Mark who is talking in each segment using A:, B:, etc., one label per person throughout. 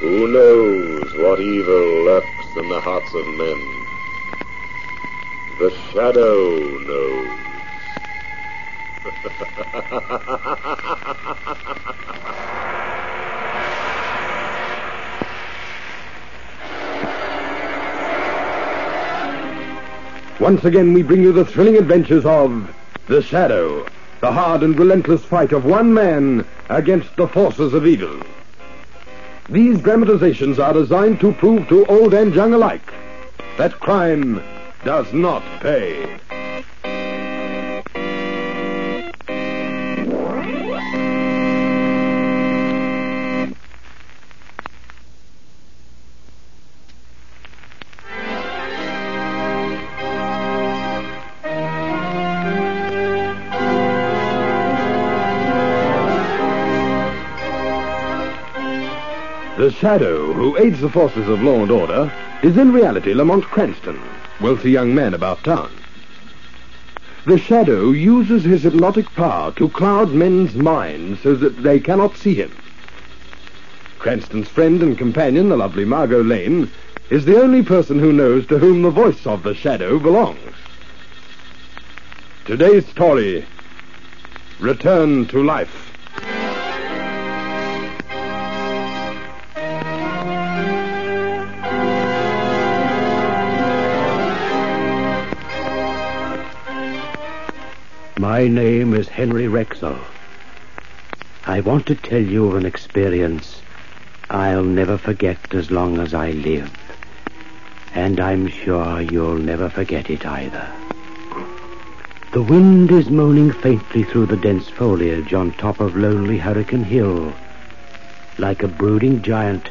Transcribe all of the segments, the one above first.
A: Who knows what evil lurks in the hearts of men? The shadow knows.
B: Once again, we bring you the thrilling adventures of The Shadow, the hard and relentless fight of one man against the forces of evil. These dramatizations are designed to prove to old and young alike that crime does not pay. The shadow who aids the forces of law and order is in reality Lamont Cranston, wealthy young man about town. The shadow uses his hypnotic power to cloud men's minds so that they cannot see him. Cranston's friend and companion, the lovely Margot Lane, is the only person who knows to whom the voice of the shadow belongs. Today's story Return to Life.
C: My name is Henry Rexall. I want to tell you of an experience I'll never forget as long as I live. And I'm sure you'll never forget it either. The wind is moaning faintly through the dense foliage on top of lonely Hurricane Hill. Like a brooding giant,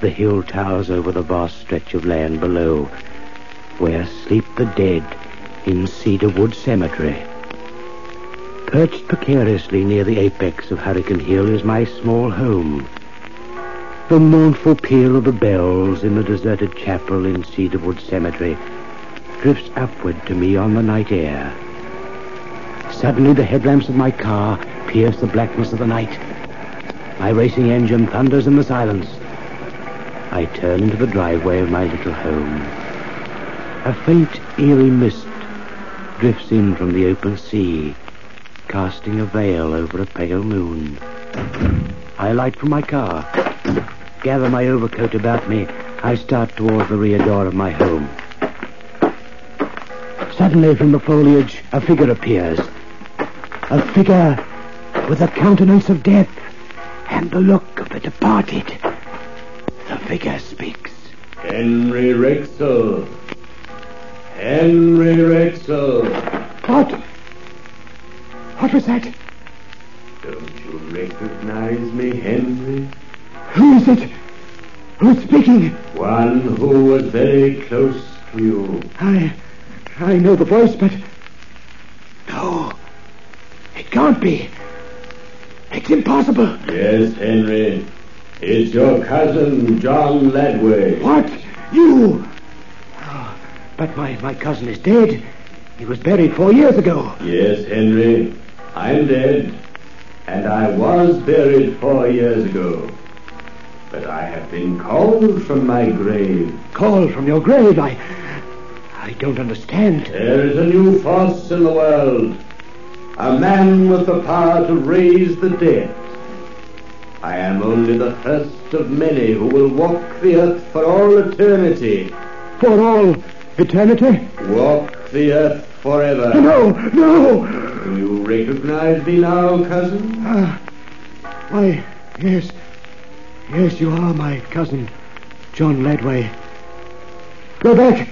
C: the hill towers over the vast stretch of land below, where sleep the dead in Cedarwood Cemetery. Perched precariously near the apex of Hurricane Hill is my small home. The mournful peal of the bells in the deserted chapel in Cedarwood Cemetery drifts upward to me on the night air. Suddenly, the headlamps of my car pierce the blackness of the night. My racing engine thunders in the silence. I turn into the driveway of my little home. A faint, e- eerie mist drifts in from the open sea casting a veil over a pale moon. I alight from my car, gather my overcoat about me. I start towards the rear door of my home. Suddenly, from the foliage, a figure appears. A figure with the countenance of death and the look of the departed. The figure speaks.
D: Henry Rexall. Henry Rexall.
C: What? What was that?
D: Don't you recognize me, Henry?
C: Who is it? Who's speaking?
D: One who was very close to you.
C: I. I know the voice, but. No. It can't be. It's impossible.
D: Yes, Henry. It's your cousin, John Ladway.
C: What? You? Oh, but my, my cousin is dead. He was buried four years ago.
D: Yes, Henry. I'm dead. and I was buried four years ago. But I have been called from my grave.
E: Called from your grave? I. I don't understand.
D: There is a new force in the world. A man with the power to raise the dead. I am only the first of many who will walk the earth for all eternity.
E: For all eternity?
D: Walk the earth forever.
E: No, no!
D: Do you recognize me now, cousin?
E: Ah, why, yes. Yes, you are my cousin, John Ledway. Go back!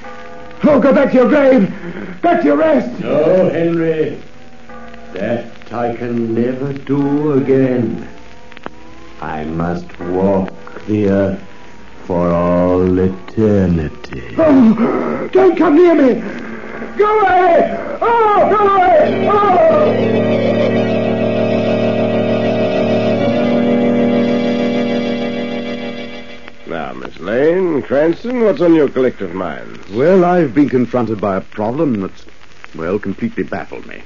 E: Oh, go back to your grave! Back to your rest!
D: No, Henry. That I can never do again. I must walk the earth for all eternity.
E: Oh, don't come near me! Go away! Oh, go away! Oh!
F: Now, Miss Lane, Cranston, what's on your collective mind?
G: Well, I've been confronted by a problem that's, well, completely baffled me.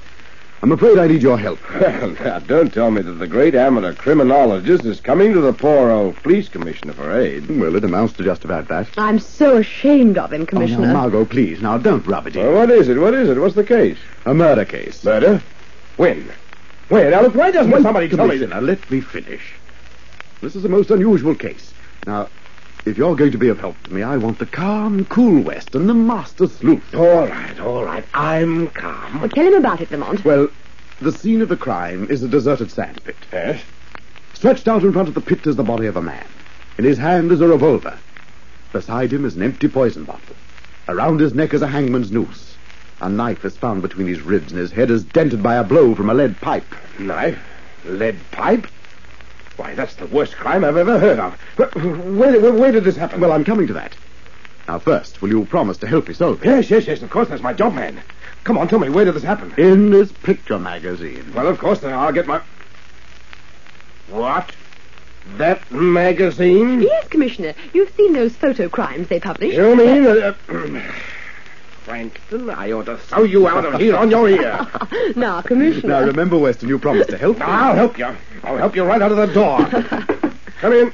G: I'm afraid I need your help.
F: Well, now, don't tell me that the great amateur criminologist is coming to the poor old police commissioner for aid.
G: Well, it amounts to just about that.
H: I'm so ashamed
F: Oh,
H: of him,
G: now,
H: Commissioner.
G: Margot, please, now don't rub it in.
F: Well, what is it? What is it? What's the case?
G: A murder case.
F: Murder? When? When? Now, look, why doesn't somebody tell me that?
G: Commissioner, let me finish. This is a most unusual case. Now, if you're going to be of help to me, I want the calm, cool West and the master sleuth.
F: All right, all right. I'm calm.
H: Well, tell him about it, Lamont.
G: Well, the scene of the crime is a deserted sandpit.
F: Yes?
G: Stretched out in front of the pit is the body of a man. In his hand is a revolver. Beside him is an empty poison bottle. Around his neck is a hangman's noose. A knife is found between his ribs, and his head is dented by a blow from a lead pipe.
F: Knife? Lead pipe? Why, that's the worst crime I've ever heard of. Wh- Where, where, where did this happen?
G: Well, I'm coming to that. Now, first, will you promise to help me solve it?
F: Yes, yes, yes, of course, that's my job, man. Come on, tell me, where did this happen?
G: In this picture magazine.
F: Well, of course, then I'll get my. What? That magazine?
H: Yes, Commissioner. You've seen those photo crimes they publish.
F: You mean that. Uh, Cranston, I ought to throw you out of here on your ear.
H: now, Commissioner.
G: Now, remember, Weston, you promised to help me.
F: I'll help you. I'll help you right out of the door. Come in.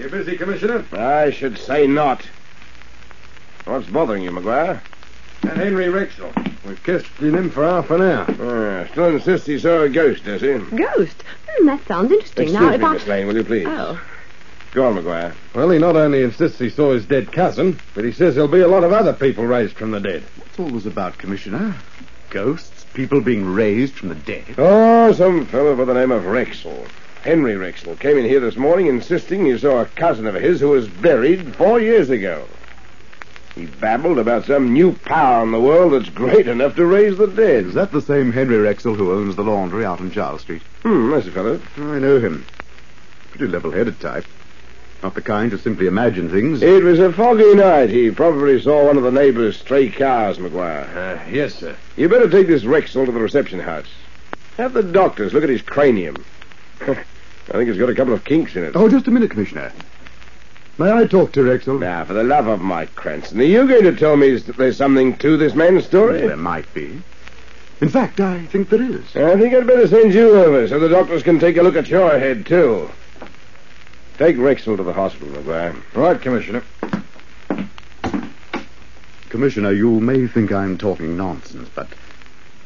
G: You're busy, Commissioner?
F: I should say not. What's bothering you, McGuire?
G: And Henry Rexall. We've questioned him for half an hour.
F: Uh, still insists he saw a ghost, does he?
H: Ghost. Hmm, that sounds interesting.
F: Excuse
H: now,
F: me,
H: if I.
F: Miss Lane, will you please?
H: Oh.
F: Go on, McGuire.
G: Well, he not only insists he saw his dead cousin, but he says there'll be a lot of other people raised from the dead. What's all this about, Commissioner? Ghosts? People being raised from the dead?
F: Oh, some fellow by the name of Rexall. Henry Rexall came in here this morning insisting he saw a cousin of his who was buried four years ago. He babbled about some new power in the world that's great enough to raise the dead.
G: Is that the same Henry Rexall who owns the laundry out on Charles Street?
F: Hmm, that's a fellow.
G: I know him. Pretty level-headed type. Not the kind who simply imagine things.
F: It was a foggy night. He probably saw one of the neighbors' stray cars, McGuire.
G: Uh, yes, sir.
F: You better take this Rexall to the reception house. Have the doctors look at his cranium. I think it's got a couple of kinks in it.
G: Oh, just a minute, Commissioner. May I talk to Rexall?
F: Now, for the love of Mike Cranston, are you going to tell me that there's something to this man's story?
G: There might be. In fact, I think there is.
F: I think I'd better send Uh, you over so the doctors can take a look at your head, too. Take Rexall to the hospital, McGuire.
G: Right, Commissioner. Commissioner, you may think I'm talking nonsense, but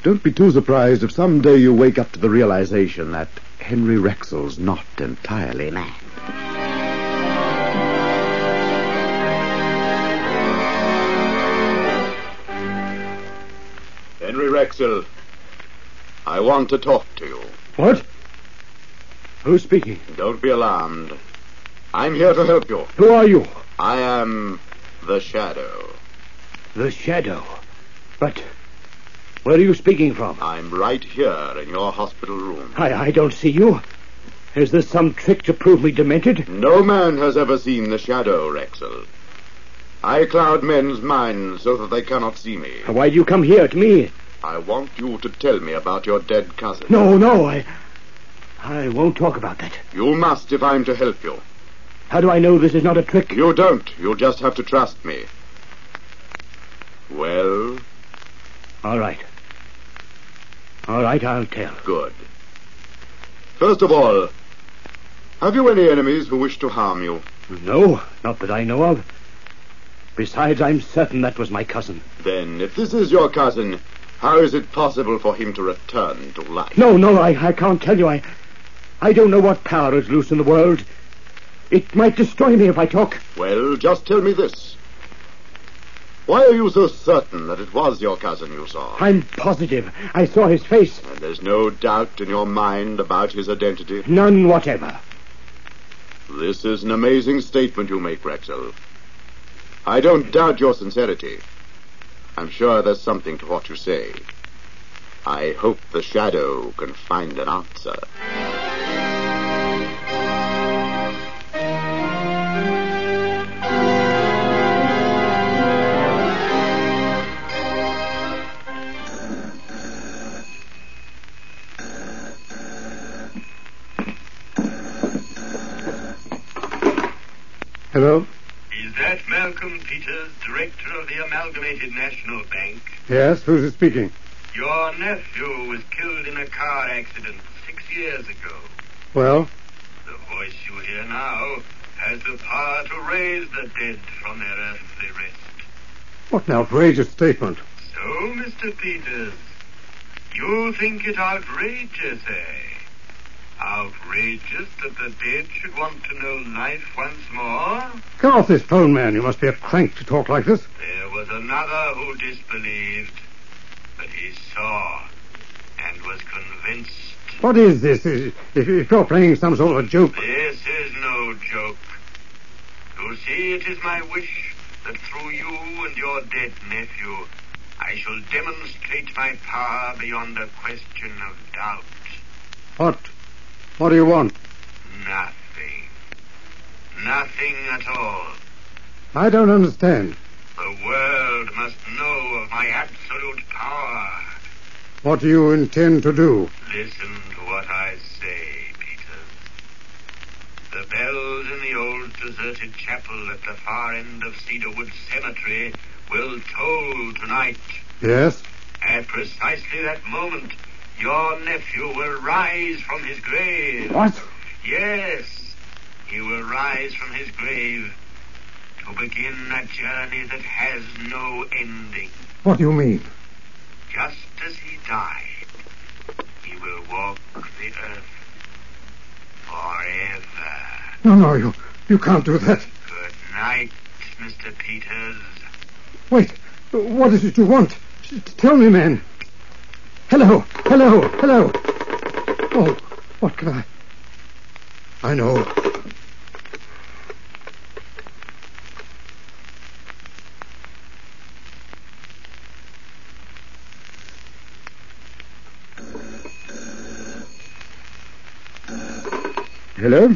G: don't be too surprised if someday you wake up to the realization that Henry Rexall's not entirely mad.
I: Henry Rexall, I want to talk to you.
G: What? Who's speaking?
I: Don't be alarmed. I'm here to help you.
G: Who are you?
I: I am the Shadow.
E: The shadow. But. Where are you speaking from?
I: I'm right here in your hospital room.
E: I, I don't see you. Is this some trick to prove me demented?
I: No man has ever seen the Shadow, Rexall. I cloud men's minds so that they cannot see me.
E: Why do you come here to me?
I: I want you to tell me about your dead cousin.
E: No, no, I. I won't talk about that.
I: You must if I'm to help you.
E: How do I know this is not a trick?
I: You don't. You just have to trust me. Well,
E: All right. All right, I'll tell.
I: Good.
J: First of all, have you any enemies who wish to harm you?
C: No, not that I know of. Besides, I'm certain that was my cousin.
J: Then, if this is your cousin, how is it possible for him to return to life?
C: No, no, I, I can't tell you. I, I don't know what power is loose in the world. It might destroy me if I talk.
J: Well, just tell me this. Why are you so certain that it was your cousin you saw?
C: I'm positive. I saw his face.
J: And there's no doubt in your mind about his identity?
C: None whatever.
J: This is an amazing statement you make, Rexel. I don't doubt your sincerity. I'm sure there's something to what you say. I hope the shadow can find an answer.
I: Hello?
K: Is that Malcolm Peters, director of the Amalgamated National Bank?
I: Yes, who's it speaking?
K: Your nephew was killed in a car accident six years ago.
I: Well,
K: The voice you hear now has the power to raise the dead from their earthly rest.
I: what an outrageous statement.
K: So, Mr. Peters, you think it outrageous, eh? Outrageous that the dead should want to know life once more?
I: Come off this phone, man. You must be a crank to talk like this.
K: There was another who disbelieved, but he saw and was convinced.
I: What is this? Is- If if you're playing some sort of a joke.
K: This is no joke. You see, it is my wish that through you and your dead nephew, I shall demonstrate my power beyond a question of doubt.
I: What? What do you want?
K: Nothing. Nothing at all.
I: I don't understand.
K: The world must know of my absolute power.
I: What do you intend to do?
K: Listen to what I say, Peters. The bells in the old deserted chapel at the far end of Cedarwood Cemetery will toll tonight.
I: Yes?
K: At precisely that moment, your nephew will rise from his grave.
I: What?
K: Yes, he will rise from his grave to begin a journey that has no ending.
I: What do you mean?
K: Just as he died, he will walk the earth forever.
I: No, no, you, you can't do that.
K: Good night, Mr. Peters.
I: Wait. What is it you want? T- Tell me, man. Hello, hello, hello. Oh, what can I? I know.
G: Hello?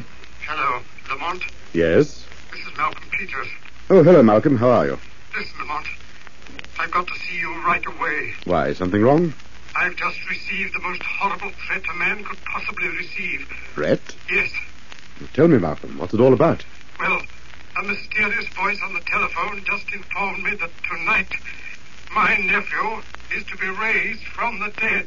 K: Hello, Lamont.
G: Yes?
K: This is Malcolm Peters.
G: Oh, hello, Malcolm. How are you?
K: Listen, Lamont. I've got to see you right away.
G: Why, something wrong?
K: I've just received the most horrible threat a man could possibly receive.
G: Brett?
K: Yes,
G: Tell me, Malcolm, what's it all about?
K: well, a mysterious voice on the telephone just informed me that tonight my nephew is to be raised from the dead.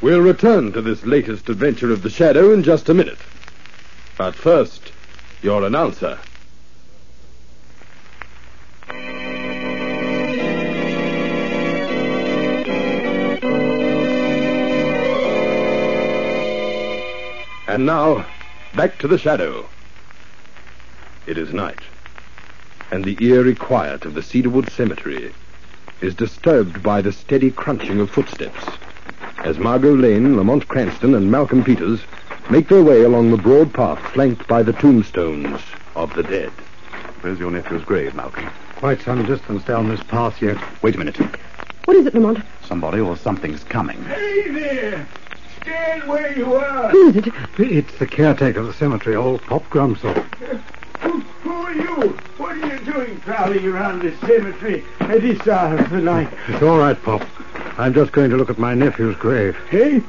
B: We'll return to this latest adventure of the Shadow in just a minute. But first, your announcer. And now, back to the Shadow. It is night, and the eerie quiet of the Cedarwood Cemetery is disturbed by the steady crunching of footsteps as Margot Lane, Lamont Cranston, and Malcolm Peters make their way along the broad path flanked by the tombstones of the dead.
G: Where's your nephew's grave, Malcolm?
I: Quite some distance down this path yet.
G: Wait a minute.
H: What is it, Lamont?
G: Somebody or something's coming.
L: Hey there! Stand where you are!
H: Who is it?
I: It's the caretaker of the cemetery, old Pop Grumsel.
L: Who are you? What are you doing prowling around the cemetery at this hour of the night?
I: It's all right, Pop. I'm just going to look at my nephew's grave.
L: Hey?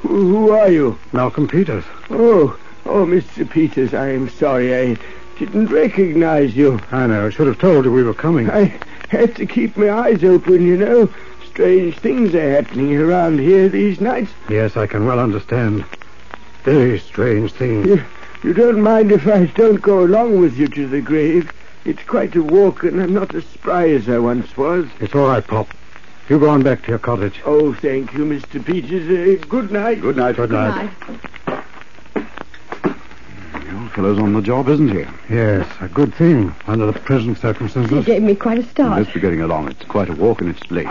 L: Who, who are you?
I: Malcolm Peters.
L: Oh, oh, Mr. Peters, I am sorry. I
E: didn't recognize you.
I: I know. I should have told you we were coming.
E: I had to keep my eyes open, you know. Strange things are happening around here these nights.
I: Yes, I can well understand. Very strange things.
E: You, you don't mind if I don't go along with you to the grave? It's quite a walk, and I'm not as spry as I once was.
I: It's all right, Pop. You go on back to your cottage.
E: Oh, thank you, Mr. Peters. Uh, good night.
G: Good night. Good night. The fellow's on the job, isn't he?
I: Yes, a good thing under the present
F: Uh-huh.
I: circumstances.
H: You gave me quite a
G: We
H: start.
G: must be getting along. It's quite a walk and it's late.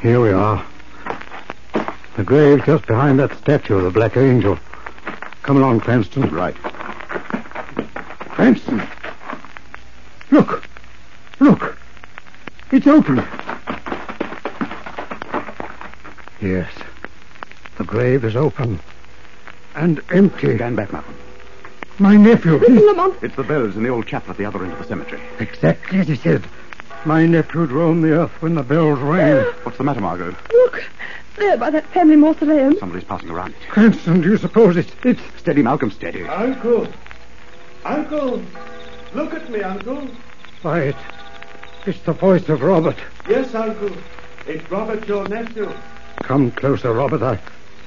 I: Here we are. The grave just behind that statue of the Black Angel. Come along, Cranston.
G: Right.
I: Cranston! Look! Look! It's open! Yes. The grave is open. And empty.
G: Stand back, Malcolm.
I: My nephew. he-
G: It's the bells in the old chapel at the other end of the cemetery.
I: Exactly as he said. My nephew roamed the earth when the bells rang.
G: What's the matter, Margot?
F: Mm-hmm.
H: Look, there by that family mausoleum.
G: Somebody's passing around it.
I: Cranston, do you suppose it's it's Ah.
G: Steady, Malcolm, steady.
L: Uncle! Uncle! Look at me, Uncle!
I: quiet? It's the voice of Robert.
L: Yes, Uncle. It's Robert, your nephew.
I: Come closer, Robert. I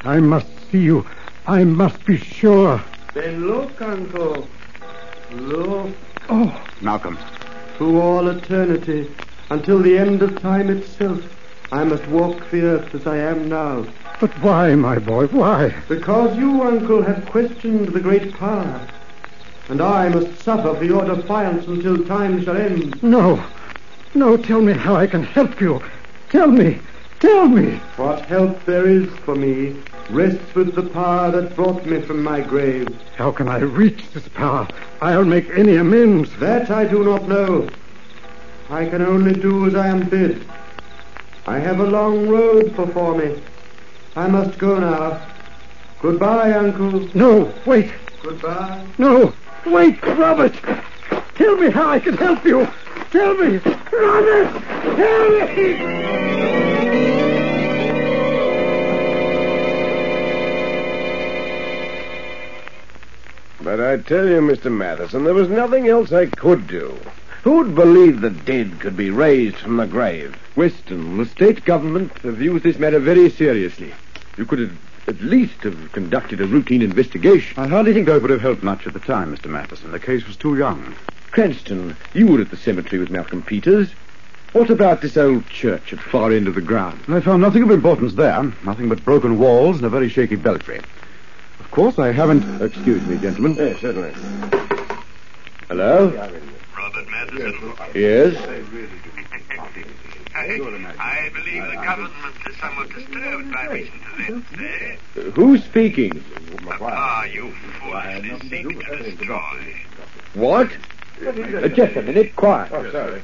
I: I must see you. I must be sure.
L: Then look, Uncle. Look.
I: Oh.
G: Malcolm.
D: Through all eternity, until the end of time itself, I must walk the earth as I am now.
I: But why, my boy? Why?
D: Because you, Uncle, have questioned the great power. And I must suffer for your defiance until time shall end.
I: No. No, tell me how I can help you. Tell me. Tell me.
D: What help there is for me rests with the power that brought me from my grave.
I: How can I reach this power? I'll make any amends.
D: That I do not know. I can only do as I am bid. I have a long road before me. I must go now. Goodbye, Uncle.
I: No, wait.
D: Goodbye.
I: No. Wait, Robert. Tell me how I can help you. Tell me. Robert, tell me.
F: But I tell you, Mr. Matheson, there was nothing else I could do. Who'd believe the dead could be raised from the grave?
B: Weston, the state government have used this matter very seriously. You could have, at least have conducted a routine investigation.
G: I hardly think I would have helped much at the time, Mr. Matheson. The case was too young.
B: Cranston, you were at the cemetery with Malcolm Peters. What about this old church at far end of the ground?
G: I found nothing of importance there. Nothing but broken walls and a very shaky belfry. Of course, I haven't. Excuse me, gentlemen.
F: Yes, certainly. Hello?
K: Robert Matheson.
F: Yes?
K: I, I believe the government is somewhat disturbed by recent events, eh?
F: Who's speaking?
K: Papa, you foolishly seek to destroy.
B: What? Uh, just a minute, quiet.
K: Oh, sorry.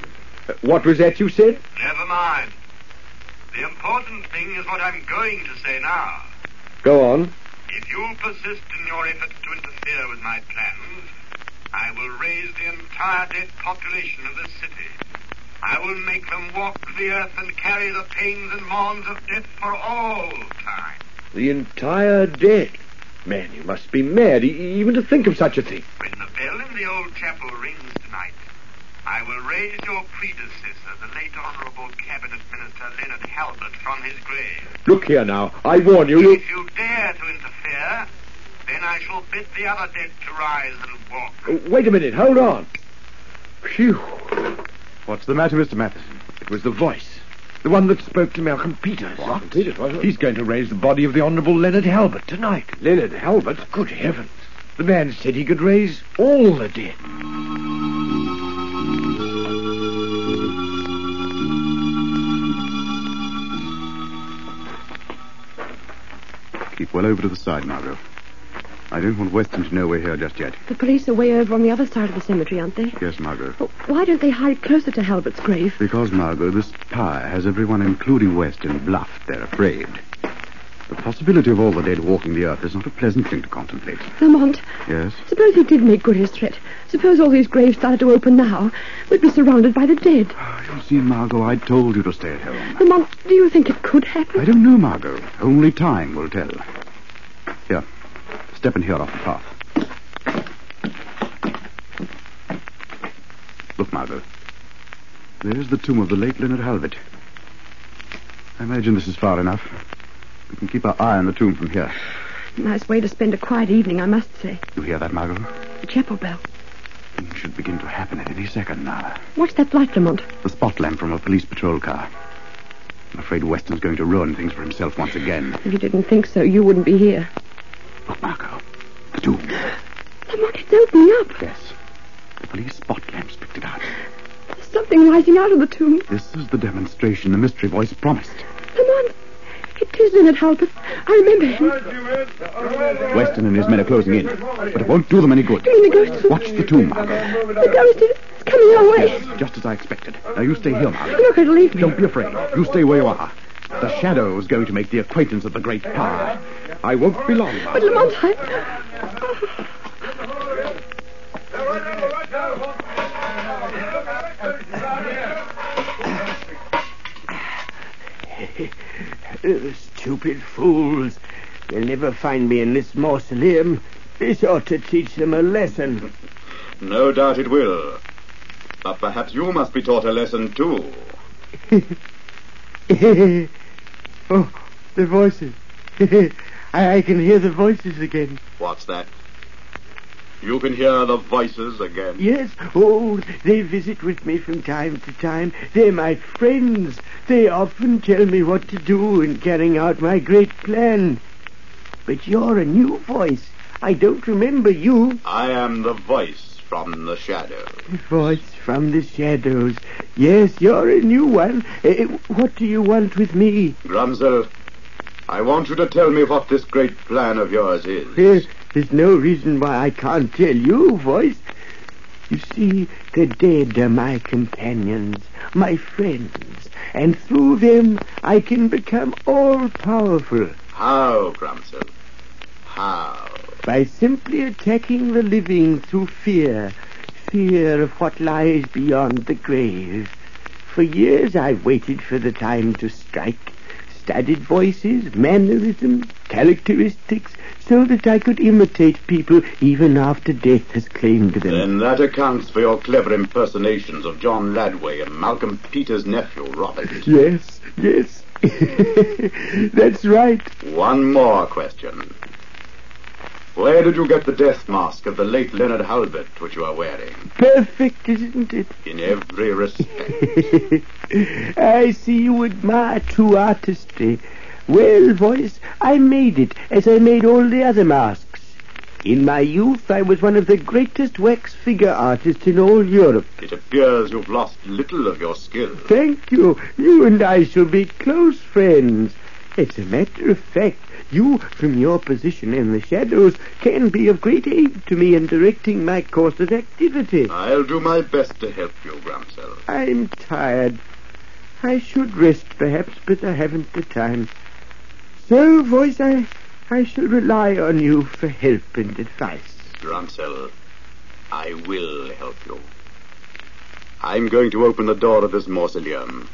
B: Uh, What was that you said?
K: Never mind. The important thing is what I'm going to say now.
B: Go on.
K: If you persist in your efforts to interfere with my plans, I will raise the entire dead population of this city. I will make them walk the earth and carry the pains and mourns of death for all time.
B: The entire dead. Man, you must be mad e- even to think of such a thing.
K: When the bell in the old chapel rings tonight, I will raise your predecessor, the late Honorable Cabinet Minister Leonard Halbert, from his grave.
B: Look here now. I warn you, you.
K: If you dare to interfere, then I shall bid the other dead to rise and walk.
B: Uh, Wait a minute. Hold on. Phew.
G: What's the matter, Mr. Matheson?
B: It was the voice. The one that spoke to Malcolm Peters. What? Peters, He's going to raise the body of the Honourable Leonard Halbert tonight. Leonard Halbert? Good heavens. The man said he could raise all the dead.
G: Keep well over to the side, Margot. I don't want Weston to know we're here just yet.
H: The police are way over on the other side of the cemetery, aren't they?
G: Yes, Margot.
H: Why don't they hide closer to Halbert's grave?
G: Because, Margot, this power has everyone, including Weston, bluffed. They're afraid. The possibility of all the dead walking the earth is not a pleasant thing to contemplate.
H: Lamont,
G: Yes?
H: suppose he did make good his threat. Suppose all these graves started to open now. We'd be surrounded by the dead.
G: You see, Margot, I told you to stay at home.
H: Lamont, do you think it could happen?
G: I don't know, Margot. Only time will tell. Here. Step in here off the path. Look, Margot. There's the tomb of the late Leonard Halvett. I imagine this is far enough. We can keep our eye on the tomb from here.
H: Nice way to spend a quiet evening, I must say.
G: You hear that, Margot?
H: The chapel bell.
G: It should begin to happen at any second now.
H: What's that light, Lamont?
G: The spot lamp from a police patrol car. I'm afraid Weston's going to ruin things for himself once again.
H: If you didn't think so, you wouldn't be here.
G: The tomb.
H: Lamont, it's opening up.
G: Yes. The police spot lamps picked it out.
H: There's something rising out of the tomb.
G: This is the demonstration the mystery voice promised.
H: Lamont, it is Leonard Halpert. I remember him.
G: Weston and his men are closing in, but it won't do them any good.
H: You mean the ghost was...
G: Watch the tomb, Margot.
H: The ghost is it's coming our way.
G: Yes, just as I expected. Now you stay here, Margot.
H: You're not going to leave me.
G: Don't be afraid. You stay where you are. The shadow is going to make the acquaintance of the great power. I won't be long,
H: But
G: Margot.
H: Lamont, I...
E: The stupid fools. They'll never find me in this mausoleum. This ought to teach them a lesson.
J: No doubt it will. But perhaps you must be taught a lesson, too.
M: oh, the voices. I, I can hear the voices again.
J: What's that? You can hear the voices again.
M: Yes,
E: Oh, they visit with me from time to time. They're my friends. They often tell me what to do in carrying out my great plan. But you're a new voice. I don't remember you.
J: I am the voice from the shadow.
E: Voice from the shadows. Yes, you're a new one. Eh, what do you want with me?
J: Grumzel, I want you to tell me what this great plan of yours is.
E: There- There's no reason why I can't tell you, voice. You see, the dead are my companions, my friends, and through them I can become all powerful
J: How, Grumzel? How?
E: by simply attacking the living through fear, fear of what lies beyond the grave. For years I've waited for the time to strike, studied voices, mannerisms, characteristics, so that I could imitate people even after death has claimed them.
J: Then that accounts for your clever impersonations of John Ladway and Malcolm Peters' nephew, Robert.
E: Yes, yes. That's right.
J: One more question. Where did you get the death mask of the late Leonard Halbert, which you are wearing?
E: Perfect, isn't it?
J: In every respect.
E: I see you admire true artistry. eh? Well, voice, I made it, as I made all the other masks. In my youth, I was one of the greatest wax figure artists in all Europe.
J: It appears you've lost little of your skill.
E: Thank you. You and I shall be close friends. As a matter of fact, you, from your position in the shadows, can be of great aid to me in directing my course of activity.
J: I'll do my best to help you, Grumsel.
E: I'm tired. I should rest, perhaps, but I haven't the time. So, voice, I, I shall rely on you for help and advice.
J: Grumsel, I will help you. I'm going to open the door of this mausoleum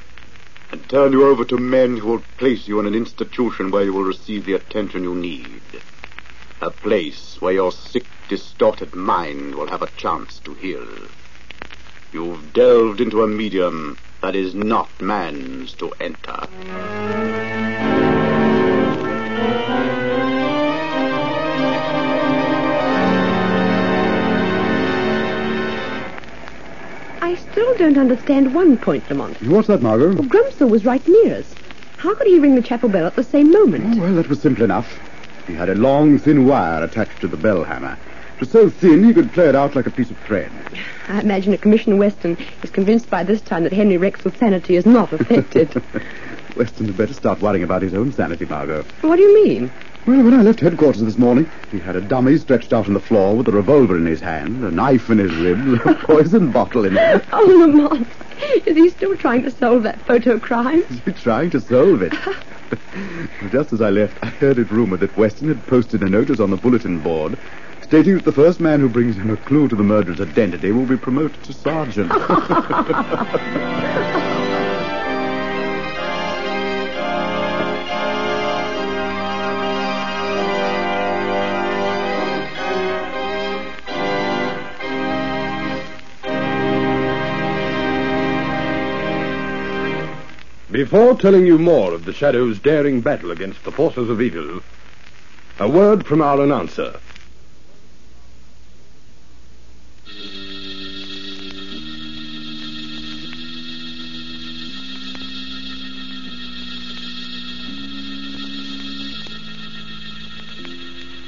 J: and turn you over to men who will place you in an institution where you will receive the attention you need. A place where your sick, distorted mind will have a chance to heal. You've delved into a medium that is not man's to enter.
H: I still don't understand one point, Lamont.
G: What's that, Margot?
H: Well, Grumsel was right near us. How could he ring the chapel bell at the same moment?
G: Oh, Well, that was simple enough. He had a long, thin wire attached to the bell hammer. It was so thin he could play it out like a piece of thread.
H: I imagine that Commissioner Weston is convinced by this time that Henry Rexel's sanity is not affected.
G: Weston had better start worrying about his own sanity, Margot.
H: what do you mean?
G: Well, when I left headquarters this morning, he had a dummy stretched out on the floor with a revolver in his hand, a knife in his ribs, a poison bottle in his
H: Oh, Lamont, is he still trying to solve that photo crime?
G: Trying to solve it. Just as I left, I heard it rumored that Weston had posted a notice on the bulletin board stating that the first man who brings him a clue to the murderer's identity will be promoted to sergeant.
B: Before telling you more of the Shadow's daring battle against the forces of evil, a word from our announcer.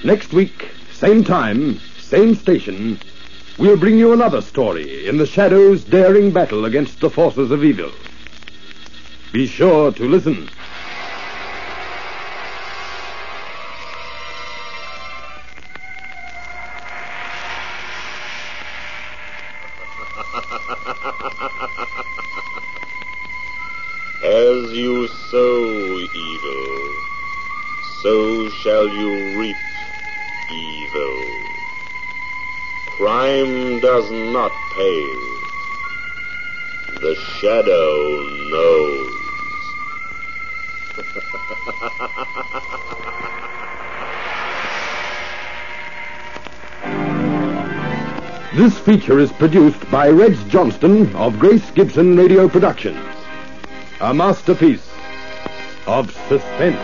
B: Next week, same time, same station, we'll bring you another story in the Shadow's daring battle against the forces of evil. Be sure to listen.
A: As you sow evil, so shall you reap evil. Crime does not pay. The shadow knows.
B: This feature is produced by Reg Johnston of Grace Gibson Radio Productions. A masterpiece of suspense.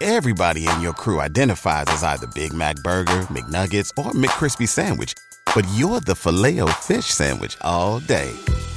N: Everybody in your crew identifies as either Big Mac Burger, McNuggets, or McCrispy Sandwich. But you're the filet fish Sandwich all day.